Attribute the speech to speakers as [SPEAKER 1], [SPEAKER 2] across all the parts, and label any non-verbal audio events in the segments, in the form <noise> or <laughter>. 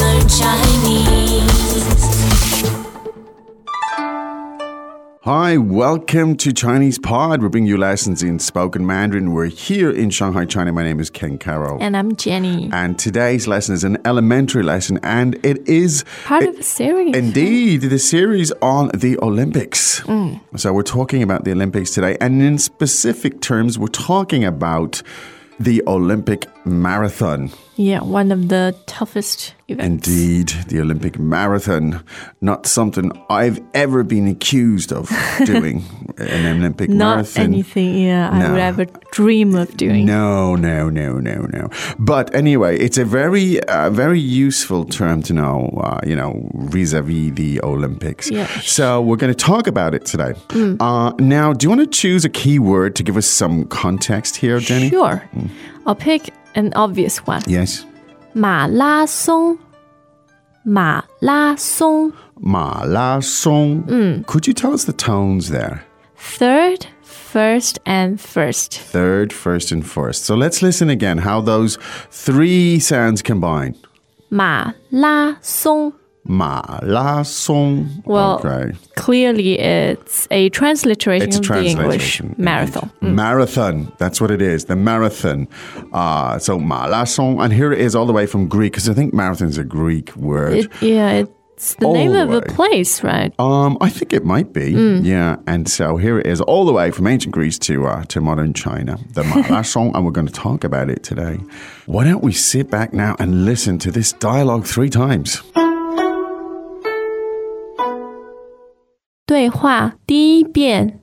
[SPEAKER 1] learn Chinese.
[SPEAKER 2] Hi, welcome to Chinese Pod. We're bringing you lessons in spoken Mandarin. We're here in Shanghai, China. My name is Ken Carroll.
[SPEAKER 3] And I'm Jenny.
[SPEAKER 2] And today's lesson is an elementary lesson, and it is
[SPEAKER 3] Part of a series.
[SPEAKER 2] indeed the series on the Olympics.
[SPEAKER 3] Mm.
[SPEAKER 2] So, we're talking about the Olympics today, and in specific terms, we're talking about the Olympic Marathon.
[SPEAKER 3] yeah, one of the toughest events.
[SPEAKER 2] Indeed, the Olympic Marathon, not something I've ever been accused
[SPEAKER 3] <laughs>
[SPEAKER 2] of doing an Olympic
[SPEAKER 3] Not
[SPEAKER 2] Marathon.
[SPEAKER 3] anything, yeah, I would
[SPEAKER 2] No.
[SPEAKER 3] ever dream of doing.
[SPEAKER 2] No, no, no, no, no. But anyway, it's a very, uh, very useful term to know, uh, you know, vis-a-vis the Olympics.
[SPEAKER 3] Yeah. Mm.
[SPEAKER 2] So we're going to talk about it today. Uh, now, do you want to choose a keyword to give us some context here, Jenny? Mm.
[SPEAKER 3] Sure. I'll pick an obvious one.
[SPEAKER 2] Yes.
[SPEAKER 3] 马拉松,马拉松.
[SPEAKER 2] Ma la song.
[SPEAKER 3] Mm.
[SPEAKER 2] Could you tell us the tones there?
[SPEAKER 3] Third, first, and first.
[SPEAKER 2] Third, first, and first. So let's listen again how those three sounds combine.
[SPEAKER 3] 马拉松.
[SPEAKER 2] Ma la song.
[SPEAKER 3] Well,
[SPEAKER 2] okay.
[SPEAKER 3] clearly it's a transliteration
[SPEAKER 2] It's a
[SPEAKER 3] of the English
[SPEAKER 2] translation.
[SPEAKER 3] marathon. Mm.
[SPEAKER 2] indeed. Marathon. That's what it is. The marathon. Uh, so marathon. And here it is all the way from Greek, because I think marathon is a Greek word.
[SPEAKER 3] It, yeah, it's the
[SPEAKER 2] All
[SPEAKER 3] name
[SPEAKER 2] the
[SPEAKER 3] of a
[SPEAKER 2] way.
[SPEAKER 3] place, right?
[SPEAKER 2] um, I think it might be,
[SPEAKER 3] Mm.
[SPEAKER 2] yeah. And so here it is, all the way from ancient Greece to uh, to modern China,
[SPEAKER 3] <laughs>
[SPEAKER 2] the marathon, and we're going to talk about it today. Why don't we sit back now and listen to this dialogue three times?
[SPEAKER 3] 对话第一遍，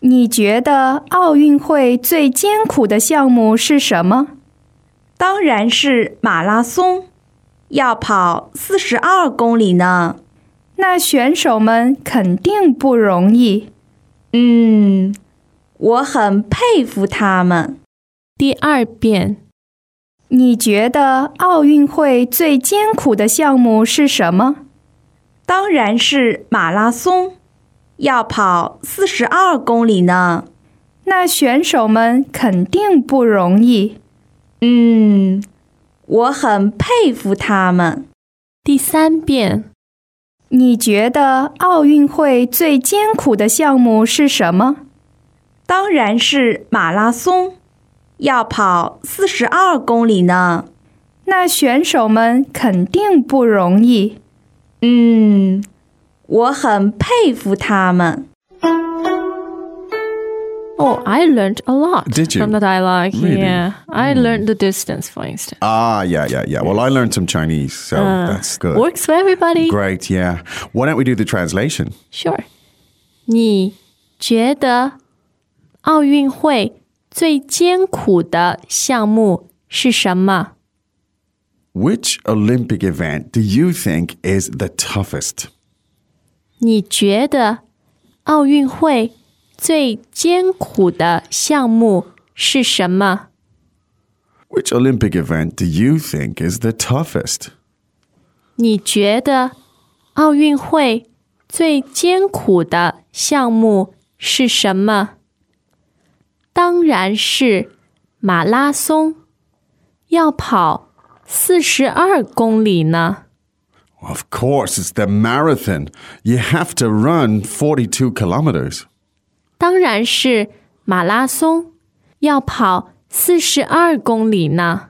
[SPEAKER 4] 你觉得奥运会最艰苦的项目是什么？
[SPEAKER 5] 当然是马拉松，要跑四十二公里呢。
[SPEAKER 4] 那选手们肯定不容易。
[SPEAKER 5] 嗯，我很佩服他们。
[SPEAKER 3] 第二遍，
[SPEAKER 4] 你觉得奥运会最艰苦的项目是什么？
[SPEAKER 5] 当然是马拉松，要跑四十二公里呢。
[SPEAKER 4] 那选手们肯定不容易。
[SPEAKER 5] 嗯，我很佩服他们。
[SPEAKER 3] 第三遍，
[SPEAKER 4] 你觉得奥运会最艰苦的项目是什么？
[SPEAKER 5] 当然是马拉松，要跑四十二公里呢。
[SPEAKER 4] 那选手们肯定不容易。
[SPEAKER 5] 嗯，我很佩服他们。
[SPEAKER 3] Oh, I learned a lot
[SPEAKER 2] Did you?
[SPEAKER 3] from the dialogue.
[SPEAKER 2] Really? Hmm.
[SPEAKER 3] Yeah, I learned the distance, for instance.
[SPEAKER 2] Ah, yeah, yeah, yeah. Well, I learned some Chinese, so
[SPEAKER 3] Ah.
[SPEAKER 2] that's good.
[SPEAKER 3] Works for everybody.
[SPEAKER 2] Uh, Great, yeah. Why don't we do the translation?
[SPEAKER 3] Sure. 你觉得奥运会最艰苦的项目是什么？
[SPEAKER 2] Which Olympic event do you think is the toughest?
[SPEAKER 3] 你觉得奥运会最艰苦的项目是什么？
[SPEAKER 2] Which Olympic event do you think is the toughest?
[SPEAKER 3] 你觉得奥运会最艰苦的项目是什么？当然是马拉松，要跑四十二公里呢。
[SPEAKER 2] Of course, it's the marathon. You have to run 42 kilometers.
[SPEAKER 3] 当然是马拉松，要跑四十二公里呢。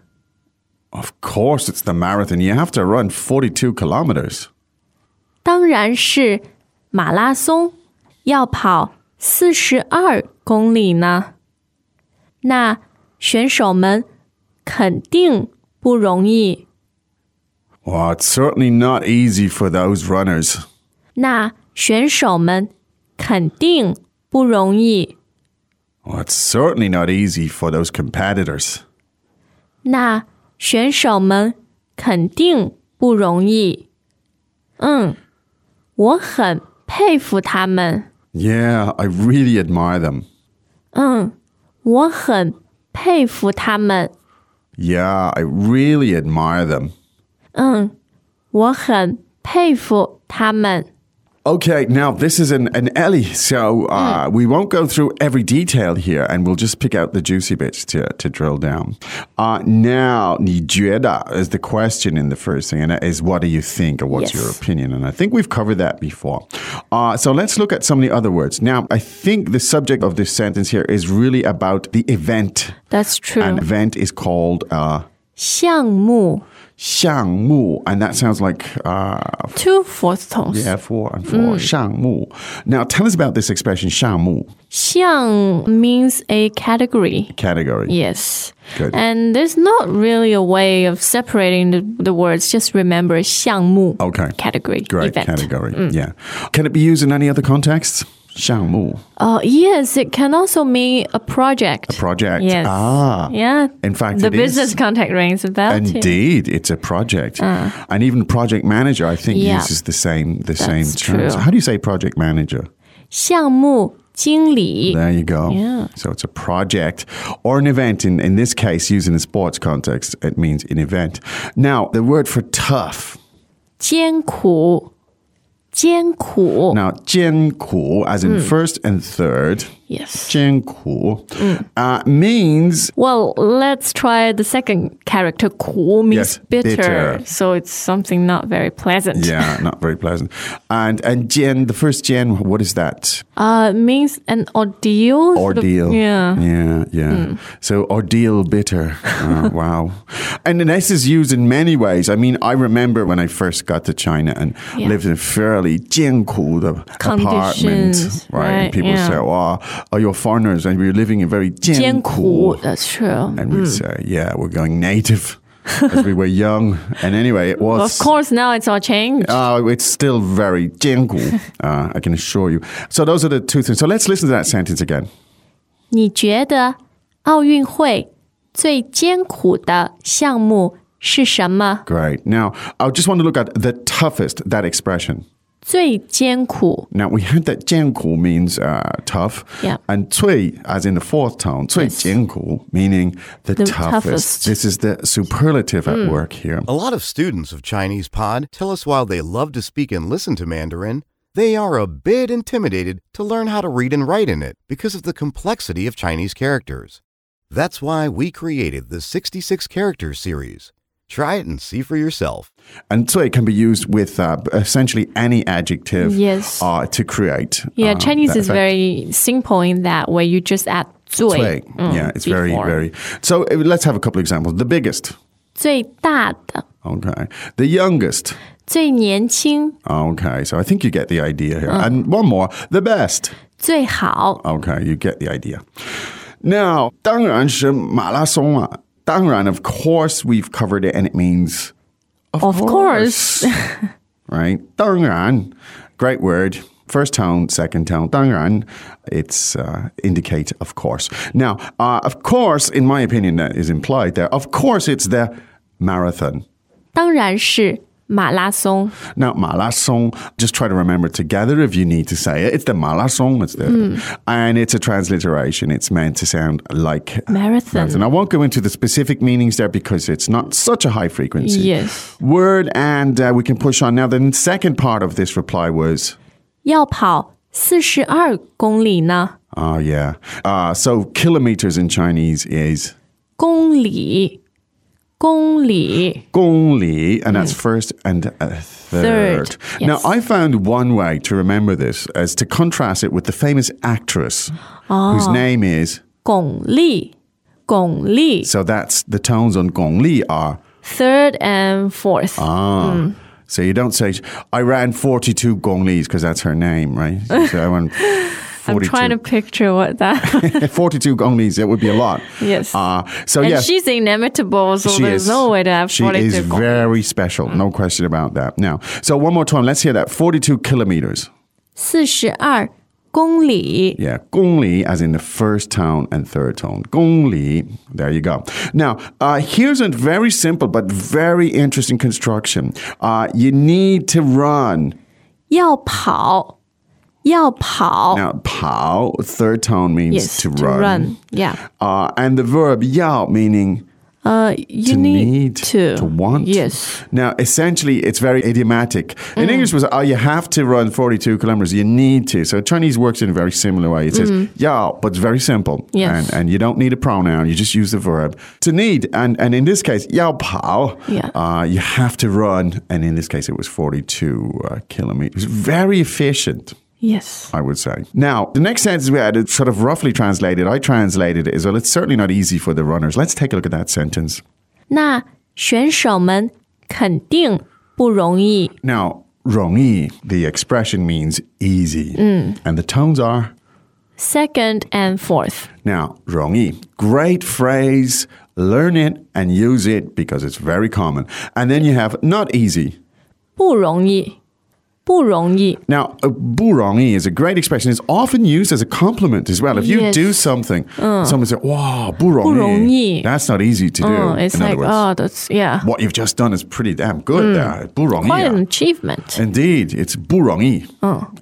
[SPEAKER 2] Of course, it's the marathon. You have to run 42 kilometers.
[SPEAKER 3] 当然是马拉松，要跑四十二公里呢。那选手们肯定不容易，
[SPEAKER 2] Well, it's certainly not easy for those runners.
[SPEAKER 3] 那选手们肯定不容易，
[SPEAKER 2] Well, it's certainly not easy for those competitors.
[SPEAKER 3] 那选手们肯定不容易。嗯，我很佩服他们。
[SPEAKER 2] Yeah, I really admire them.
[SPEAKER 3] 嗯，我很佩服他们。
[SPEAKER 2] Yeah, I really admire them.
[SPEAKER 3] 嗯，我很佩服他们。
[SPEAKER 2] Okay, now this is an, an Ellie, so uh, we won't go through every detail here and we'll just pick out the juicy bits to, to drill down. Uh, now, 你觉得 is the question in the first thing, and it is what do you think or what's
[SPEAKER 3] Yes.
[SPEAKER 2] your opinion? And I think we've covered that before. Uh, so let's look at some of the other words. Now, I think the subject of this sentence here is really about the event.
[SPEAKER 3] That's
[SPEAKER 2] An
[SPEAKER 3] true。
[SPEAKER 2] event is called uh,
[SPEAKER 3] 项目
[SPEAKER 2] 项目, and that sounds like uh,
[SPEAKER 3] two fourth tones。
[SPEAKER 2] yeah, four and four. 项目. Now, tell us about this expression, 项目
[SPEAKER 3] 项 means a category.
[SPEAKER 2] category.
[SPEAKER 3] Yes.
[SPEAKER 2] Good.
[SPEAKER 3] And there's not really a way of separating the, the words. Just remember 项目
[SPEAKER 2] Okay.
[SPEAKER 3] category
[SPEAKER 2] Oh, Great
[SPEAKER 3] event. Mm.
[SPEAKER 2] category. Yeah. Can it be used in any other contexts? 项目
[SPEAKER 3] Uh, yes, it can also mean a project.
[SPEAKER 2] project.
[SPEAKER 3] Yes.
[SPEAKER 2] Ah.
[SPEAKER 3] Yeah.
[SPEAKER 2] In fact,
[SPEAKER 3] the
[SPEAKER 2] it
[SPEAKER 3] business
[SPEAKER 2] is.
[SPEAKER 3] contact rings a bell too. Uh.
[SPEAKER 2] Indeed, it's a project, and even project manager, I think,
[SPEAKER 3] Yeah.
[SPEAKER 2] uses the same the same
[SPEAKER 3] That's
[SPEAKER 2] terms.
[SPEAKER 3] true.
[SPEAKER 2] How do you say project manager?
[SPEAKER 3] 项目经理
[SPEAKER 2] There you go.
[SPEAKER 3] Yeah.
[SPEAKER 2] So it's a project or an event. In, in this case, used in a sports context, it means an event. Now, the word for tough.
[SPEAKER 3] 艰苦艰苦
[SPEAKER 2] Now, 艰苦, as in first and third,
[SPEAKER 3] Mm. Yes. Mm.
[SPEAKER 2] 艰苦, uh, means
[SPEAKER 3] Well, let's try the second character. 苦 means
[SPEAKER 2] Yes,
[SPEAKER 3] bitter,
[SPEAKER 2] bitter.
[SPEAKER 3] so it's something not very pleasant. <laughs>
[SPEAKER 2] yeah, not very pleasant. And and 艰, the first 艰, what is that?
[SPEAKER 3] Uh, means an ordeal. sort of-
[SPEAKER 2] Ordeal.
[SPEAKER 3] yeah. Hmm.
[SPEAKER 2] Yeah, yeah. So ordeal
[SPEAKER 3] <laughs>
[SPEAKER 2] bitter. Uh, wow. And an S is used in many ways. I mean, I remember when I first got to China and
[SPEAKER 3] Yeah.
[SPEAKER 2] lived in a fairly 艰苦 the apartment,
[SPEAKER 3] Conditions,
[SPEAKER 2] right? And
[SPEAKER 3] right,
[SPEAKER 2] people
[SPEAKER 3] yeah.
[SPEAKER 2] say, oh, oh, you're foreigners and you're living in very 艰苦
[SPEAKER 3] 艰苦, That's true.
[SPEAKER 2] and we'd say, "Yeah, we're going
[SPEAKER 3] <laughs>
[SPEAKER 2] native," as we were young. And anyway, it was.
[SPEAKER 3] Of course, now it's all changed.
[SPEAKER 2] Uh, it's still very
[SPEAKER 3] <laughs>
[SPEAKER 2] jingle, uh, I can assure you. So those are the two things. So let's listen to that sentence again.
[SPEAKER 3] 你觉得奥运会最艰苦的项目是什么？最艰苦
[SPEAKER 2] Great. Now, I just want to look at the toughest, that expression. Now, we had that jingle means uh, tough.
[SPEAKER 3] Yeah.
[SPEAKER 2] And cui, as in the fourth tone, cui jingle, meaning the,
[SPEAKER 3] The
[SPEAKER 2] toughest.
[SPEAKER 3] toughest. Hmm.
[SPEAKER 2] This is the superlative at work here.
[SPEAKER 6] A lot of students of Chinese Pod tell us while they love to speak and listen to Mandarin, they are a bit intimidated to learn how to read and write in it because of the complexity of Chinese characters. That's why we created the 66 characters series. Try it and see for yourself.
[SPEAKER 2] And so it can be used with uh, essentially any adjective
[SPEAKER 3] Yes.
[SPEAKER 2] uh, to create.
[SPEAKER 3] Yeah,
[SPEAKER 2] uh,
[SPEAKER 3] Chinese
[SPEAKER 2] that
[SPEAKER 3] is
[SPEAKER 2] effect.
[SPEAKER 3] very simple in that way. You just add 最.
[SPEAKER 2] Cui.
[SPEAKER 3] mm,
[SPEAKER 2] yeah, it's very,
[SPEAKER 3] before.
[SPEAKER 2] very. So uh, let's have a couple examples. The biggest.
[SPEAKER 3] 最大的,
[SPEAKER 2] Okay. The youngest.
[SPEAKER 3] 最年轻,
[SPEAKER 2] Okay. So I think you get the idea here. And one more. The best.
[SPEAKER 3] 最好.
[SPEAKER 2] Okay. You get the idea. Now, 当然是马拉松啊。当然, of course, we've covered it and it means.
[SPEAKER 3] Of
[SPEAKER 2] right? 当然. Great word. First tone, second tone. 当然, it's uh, indicate of course. Now, uh, of course, in my opinion, that is implied there. Of course, it's the marathon.
[SPEAKER 3] 当然是马拉松.
[SPEAKER 2] Now, malasong, just try to remember it together if you need to say it. It's the malasong, it's the, and it's a transliteration. It's meant to sound like
[SPEAKER 3] Marathon.
[SPEAKER 2] marathon. I won't go into the specific meanings there because it's not such a high frequency
[SPEAKER 3] Yes.
[SPEAKER 2] word, and uh, we can push on. Now, the second part of this reply was,
[SPEAKER 3] 要跑四十二公里呢？
[SPEAKER 2] oh, yeah. Uh, so, kilometers in Chinese is
[SPEAKER 3] 公里，公里
[SPEAKER 2] gongli, and that's first and a third.
[SPEAKER 3] Mm. Third,
[SPEAKER 2] Now,
[SPEAKER 3] yes.
[SPEAKER 2] I found one way to remember this is to contrast it with the famous actress
[SPEAKER 3] Ah.
[SPEAKER 2] whose name is.
[SPEAKER 3] 巩俐，巩俐
[SPEAKER 2] So that's the tones on gongli are.
[SPEAKER 3] third and fourth.
[SPEAKER 2] Ah.
[SPEAKER 3] Mm.
[SPEAKER 2] So you don't say, I ran 42 gonglis because that's her name,
[SPEAKER 3] <laughs>
[SPEAKER 2] right? So I went 42.
[SPEAKER 3] I'm trying to picture
[SPEAKER 2] <laughs>
[SPEAKER 3] what that.
[SPEAKER 2] 42 gonglis, it would be a lot.
[SPEAKER 3] Yes.
[SPEAKER 2] Uh, so,
[SPEAKER 3] and
[SPEAKER 2] yes.
[SPEAKER 3] she's inimitable, so
[SPEAKER 2] She
[SPEAKER 3] there's
[SPEAKER 2] is.
[SPEAKER 3] no way to have Mm.
[SPEAKER 2] She
[SPEAKER 3] 42
[SPEAKER 2] is very special, no question about that. Now, so one more time, let's hear that. 42 kilometers.
[SPEAKER 3] 42公里，
[SPEAKER 2] Yeah, gongli as in the first tone and third tone. Gongli, there you go. Now, uh, here's a very simple but very interesting construction. Uh, you need to run.
[SPEAKER 3] 要跑
[SPEAKER 2] Now, pao, third tone means
[SPEAKER 3] yes
[SPEAKER 2] to run.
[SPEAKER 3] yeah
[SPEAKER 2] Uh, and the verb yao, meaning
[SPEAKER 3] uh you
[SPEAKER 2] to
[SPEAKER 3] need,
[SPEAKER 2] need,
[SPEAKER 3] to
[SPEAKER 2] want.
[SPEAKER 3] yes Mm.
[SPEAKER 2] Now, essentially, it's very idiomatic. In English, it was oh, you have to run 42 kilometers. You need to. So Chinese works in a very similar way. It says yao, but it's very simple.
[SPEAKER 3] Mm. Yes.
[SPEAKER 2] And, and you don't need a pronoun. You just use the verb to need. And and in this case, yao pao.
[SPEAKER 3] Yeah.
[SPEAKER 2] Uh, you have to run. And in this case, it was 42 uh, kilometers. Very efficient.
[SPEAKER 3] yes
[SPEAKER 2] I would say. Now, the next sentence we had, it's sort of roughly translated. I translated it as well. It's certainly not easy for the runners. Let's take a look at that sentence.
[SPEAKER 3] 那选手们肯定不容易。
[SPEAKER 2] Now, 容易, the expression means easy.
[SPEAKER 3] Mm.
[SPEAKER 2] And the tones are
[SPEAKER 3] Second and fourth.
[SPEAKER 2] now 容易. Great phrase. Learn it and use it because it's very common. And then you have not easy.
[SPEAKER 3] 不容易，不容易。
[SPEAKER 2] Now, uh, 不容易 is a great expression. It's often used as a compliment as well. If you
[SPEAKER 3] Yes. Uh.
[SPEAKER 2] do something, someone says, wow, 不容易.
[SPEAKER 3] 不容易.
[SPEAKER 2] That's not easy to do.
[SPEAKER 3] Oh, it's
[SPEAKER 2] in other
[SPEAKER 3] like,
[SPEAKER 2] words.
[SPEAKER 3] oh, that's, yeah.
[SPEAKER 2] what you've just done is pretty damn good there. 不容易啊.
[SPEAKER 3] Quite an
[SPEAKER 2] <laughs>
[SPEAKER 3] Oh. achievement.
[SPEAKER 2] Indeed, it's 不容易.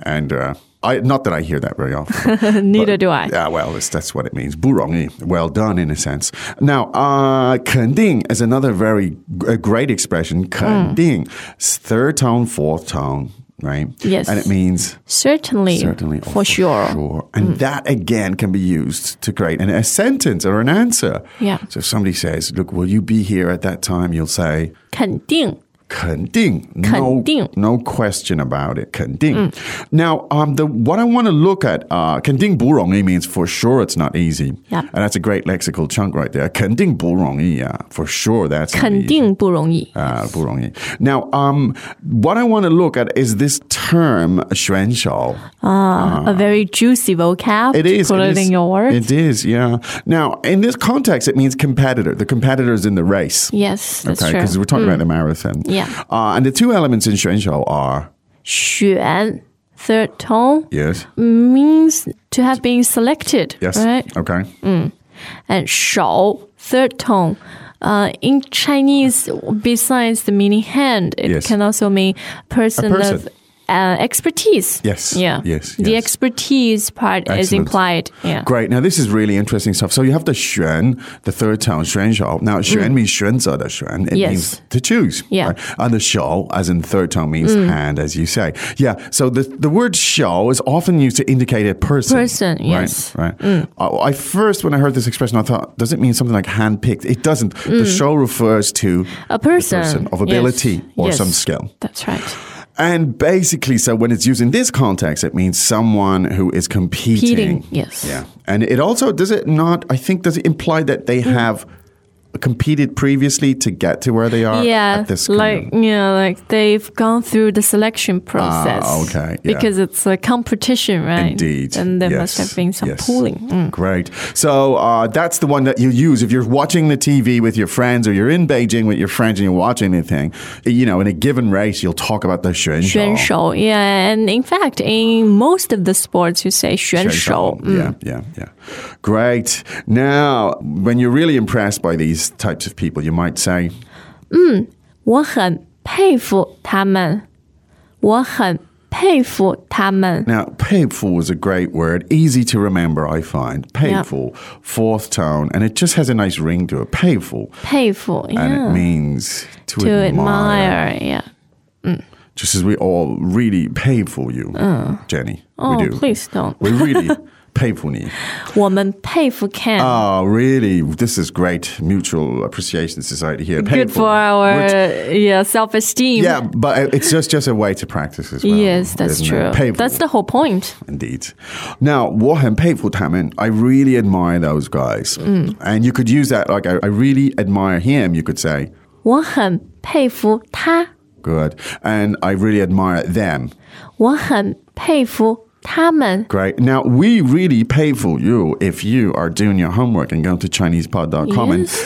[SPEAKER 2] And uh, I, not that I hear that very
[SPEAKER 3] <laughs>
[SPEAKER 2] often.
[SPEAKER 3] Neither do I.
[SPEAKER 2] Ah, well, it's, that's what it means. 不容易. Well done, in a sense. Now, uh, 肯定 is another very g- a great expression.
[SPEAKER 3] Mm.
[SPEAKER 2] 肯定. It's Third tone, fourth tone, right?
[SPEAKER 3] Yes.
[SPEAKER 2] And it means
[SPEAKER 3] Certainly,
[SPEAKER 2] certainly. or
[SPEAKER 3] for, sure. Mm.
[SPEAKER 2] And that, again, can be used to create an, a sentence or an answer.
[SPEAKER 3] Yeah.
[SPEAKER 2] So if somebody says, look, will you be here at that time? You'll say,
[SPEAKER 3] 肯定
[SPEAKER 2] 肯定,
[SPEAKER 3] 肯定.
[SPEAKER 2] no, no question about it. 肯定. Now, um, the what I want to look at, uh, 肯定不容易 means for sure it's not easy.
[SPEAKER 3] Yep.
[SPEAKER 2] And that's a great lexical chunk right there. 肯定不容易, yeah, for sure that's not
[SPEAKER 3] 肯
[SPEAKER 2] easy.
[SPEAKER 3] 定不容易。
[SPEAKER 2] Uh, 不容易. Now, um, what I want to look at is this term 选手.
[SPEAKER 3] A very juicy vocab.
[SPEAKER 2] Uh-huh. It
[SPEAKER 3] to
[SPEAKER 2] is.
[SPEAKER 3] Put
[SPEAKER 2] it
[SPEAKER 3] it,
[SPEAKER 2] is-
[SPEAKER 3] in your words.
[SPEAKER 2] It is, yeah. Now, in this context, it means competitor. The competitor is in the race.
[SPEAKER 3] Yes, that's
[SPEAKER 2] okay, because
[SPEAKER 3] true. Mm.
[SPEAKER 2] we're talking about the marathon.
[SPEAKER 3] Yeah.
[SPEAKER 2] Uh, and the two elements in 选手 are
[SPEAKER 3] 选 third tone
[SPEAKER 2] yes,
[SPEAKER 3] means to have been selected.
[SPEAKER 2] yes,
[SPEAKER 3] Right. Mm,
[SPEAKER 2] okay.
[SPEAKER 3] and 手 third tone. Uh, in Chinese, besides the meaning hand, it
[SPEAKER 2] Yes.
[SPEAKER 3] can also mean person,
[SPEAKER 2] person.
[SPEAKER 3] of uh, expertise.
[SPEAKER 2] Yes,
[SPEAKER 3] Yeah.
[SPEAKER 2] yes,
[SPEAKER 3] The
[SPEAKER 2] yes.
[SPEAKER 3] expertise part is
[SPEAKER 2] Excellent.
[SPEAKER 3] implied. Yeah.
[SPEAKER 2] Great. Now this is really interesting stuff. So you have the 选, the third tone 选手. Now 选 means 选择的选. It
[SPEAKER 3] Mm. Yes.
[SPEAKER 2] means to choose.
[SPEAKER 3] Yeah. Mm.
[SPEAKER 2] And the 手, as in third tone, means hand, as you say. Yeah. So the the word 手 is often used to indicate a person.
[SPEAKER 3] Person,
[SPEAKER 2] Right,
[SPEAKER 3] yes. Mm.
[SPEAKER 2] Right. I, I first, when I heard this expression, I thought, does it mean something like hand picked? It doesn't. The 手 refers to
[SPEAKER 3] Mm. A
[SPEAKER 2] the
[SPEAKER 3] person.
[SPEAKER 2] of
[SPEAKER 3] Yes,
[SPEAKER 2] ability or
[SPEAKER 3] yes.
[SPEAKER 2] some skill.
[SPEAKER 3] That's right.
[SPEAKER 2] And basically, so when it's used in this context, it means someone who is competing.
[SPEAKER 3] Competing, yes.
[SPEAKER 2] Yeah. And it also, does it not, I think, does it imply that they
[SPEAKER 3] Mm.
[SPEAKER 2] have competed previously to get to where they are
[SPEAKER 3] yeah.
[SPEAKER 2] at this kind
[SPEAKER 3] like
[SPEAKER 2] of-
[SPEAKER 3] yeah, like they've gone through the selection process.
[SPEAKER 2] Ah, okay, yeah.
[SPEAKER 3] Because it's a competition, right?
[SPEAKER 2] Indeed.
[SPEAKER 3] And there must
[SPEAKER 2] Yes,
[SPEAKER 3] have been some
[SPEAKER 2] yes.
[SPEAKER 3] pooling. Mm.
[SPEAKER 2] Great. So uh, that's the one that you use if you're watching the TV with your friends or you're in Beijing with your friends and you're watching anything. You know, in a given race, you'll talk about the 选手.
[SPEAKER 3] 选手, yeah, and in fact, in most of the sports, you say 选手. Mm.
[SPEAKER 2] Yeah, yeah, yeah. Great. Now, when you're really impressed by these types of people, you might say,
[SPEAKER 3] 我很佩服他们，我很佩服他们。
[SPEAKER 2] now, painful was a great word, easy to remember, I find. Painful, fourth tone, and it just has a nice ring to it. Painful.
[SPEAKER 3] 佩服
[SPEAKER 2] And it
[SPEAKER 3] ，yeah.
[SPEAKER 2] means to,
[SPEAKER 3] To
[SPEAKER 2] admire.
[SPEAKER 3] admire, yeah.
[SPEAKER 2] Just as we all really pay for you, Jenny.
[SPEAKER 3] Oh,
[SPEAKER 2] we do.
[SPEAKER 3] please don't.
[SPEAKER 2] We
[SPEAKER 3] <laughs>
[SPEAKER 2] really pay for you.
[SPEAKER 3] 我们佩服 Ken.
[SPEAKER 2] Oh, really? This is great mutual appreciation society here.
[SPEAKER 3] Good
[SPEAKER 2] Painful.
[SPEAKER 3] for our
[SPEAKER 2] Which-
[SPEAKER 3] yeah self esteem.
[SPEAKER 2] Yeah, but it's just just a way to practice as well.
[SPEAKER 3] yes, that's
[SPEAKER 2] isn't
[SPEAKER 3] true.
[SPEAKER 2] it? Painful,
[SPEAKER 3] That's the whole point.
[SPEAKER 2] indeed. Now, Warham Painful Taman, I really admire those guys,
[SPEAKER 3] Mm.
[SPEAKER 2] and you could use that like I, I really admire him. You could say
[SPEAKER 3] 我很佩服他，
[SPEAKER 2] good, and I really admire them.
[SPEAKER 3] 我很佩服他们。
[SPEAKER 2] Great. Now, we really pay for you if you are doing your homework and going to ChinesePod.com
[SPEAKER 3] Yes,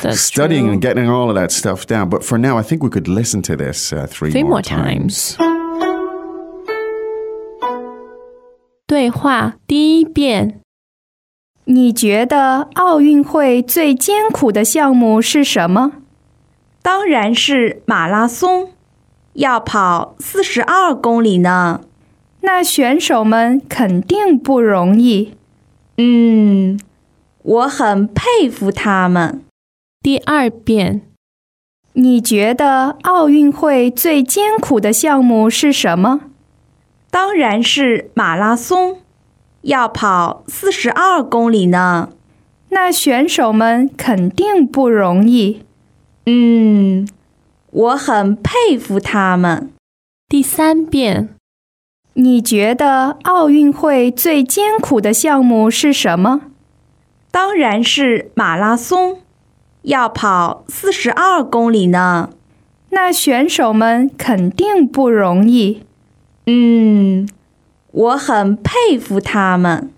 [SPEAKER 2] and
[SPEAKER 3] that's
[SPEAKER 2] studying
[SPEAKER 3] true.
[SPEAKER 2] and getting all of that stuff down. But for now, I think we could listen to this uh, three,
[SPEAKER 3] three
[SPEAKER 2] more,
[SPEAKER 3] more times. 对话第一遍，
[SPEAKER 4] 你觉得奥运会最艰苦的项目是什么？
[SPEAKER 5] 当然是马拉松，要跑四十二公里呢。
[SPEAKER 4] 那选手们肯定不容易。
[SPEAKER 5] 嗯，我很佩服他们。
[SPEAKER 3] 第二遍，
[SPEAKER 4] 你觉得奥运会最艰苦的项目是什么？
[SPEAKER 5] 当然是马拉松，要跑四十二公里呢。
[SPEAKER 4] 那选手们肯定不容易。
[SPEAKER 5] 嗯，我很佩服他们。
[SPEAKER 3] 第三遍，
[SPEAKER 4] 你觉得奥运会最艰苦的项目是什么？
[SPEAKER 5] 当然是马拉松，要跑四十二公里呢。
[SPEAKER 4] 那选手们肯定不容易。
[SPEAKER 5] 嗯，我很佩服他们。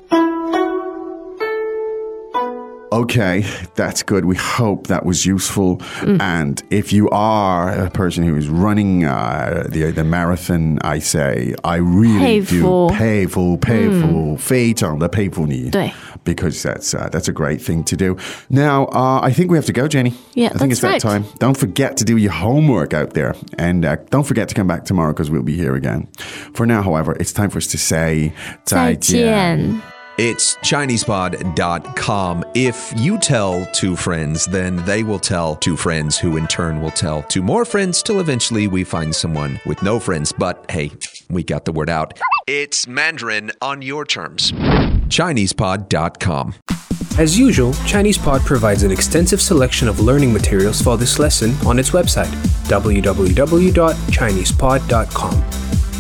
[SPEAKER 2] Okay, that's good. We hope that was useful.
[SPEAKER 3] Mm.
[SPEAKER 2] And if you are a person who is running uh, the the marathon, I say I really
[SPEAKER 3] Painful.
[SPEAKER 2] do painful, painful, mm.
[SPEAKER 3] 对
[SPEAKER 2] because that's uh, that's a great thing to do. Now, uh, I think we have to go, Jenny.
[SPEAKER 3] Yeah,
[SPEAKER 2] I think it's that
[SPEAKER 3] that's right.
[SPEAKER 2] time. Don't forget to do your homework out there, and uh, don't forget to come back tomorrow because we'll be here again. For now, however, it's time for us to say
[SPEAKER 3] 再见。
[SPEAKER 7] It's ChinesePod.com. If you tell two friends, then they will tell two friends, who in turn will tell two more friends, till eventually we find someone with no friends. But hey, we got the word out. It's Mandarin on your terms. ChinesePod.com.
[SPEAKER 8] As usual, ChinesePod provides an extensive selection of learning materials for this lesson on its website, www.chinesepod.com.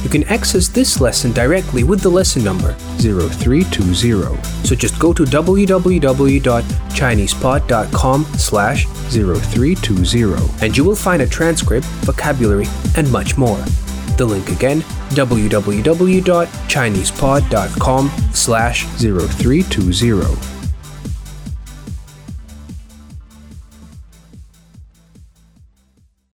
[SPEAKER 8] You can access this lesson directly with the lesson number 0320. So just go to www.chinesepod.com slash 0320 and you will find a transcript, vocabulary, and much more. The link again, www.chinesepod.com slash 0320.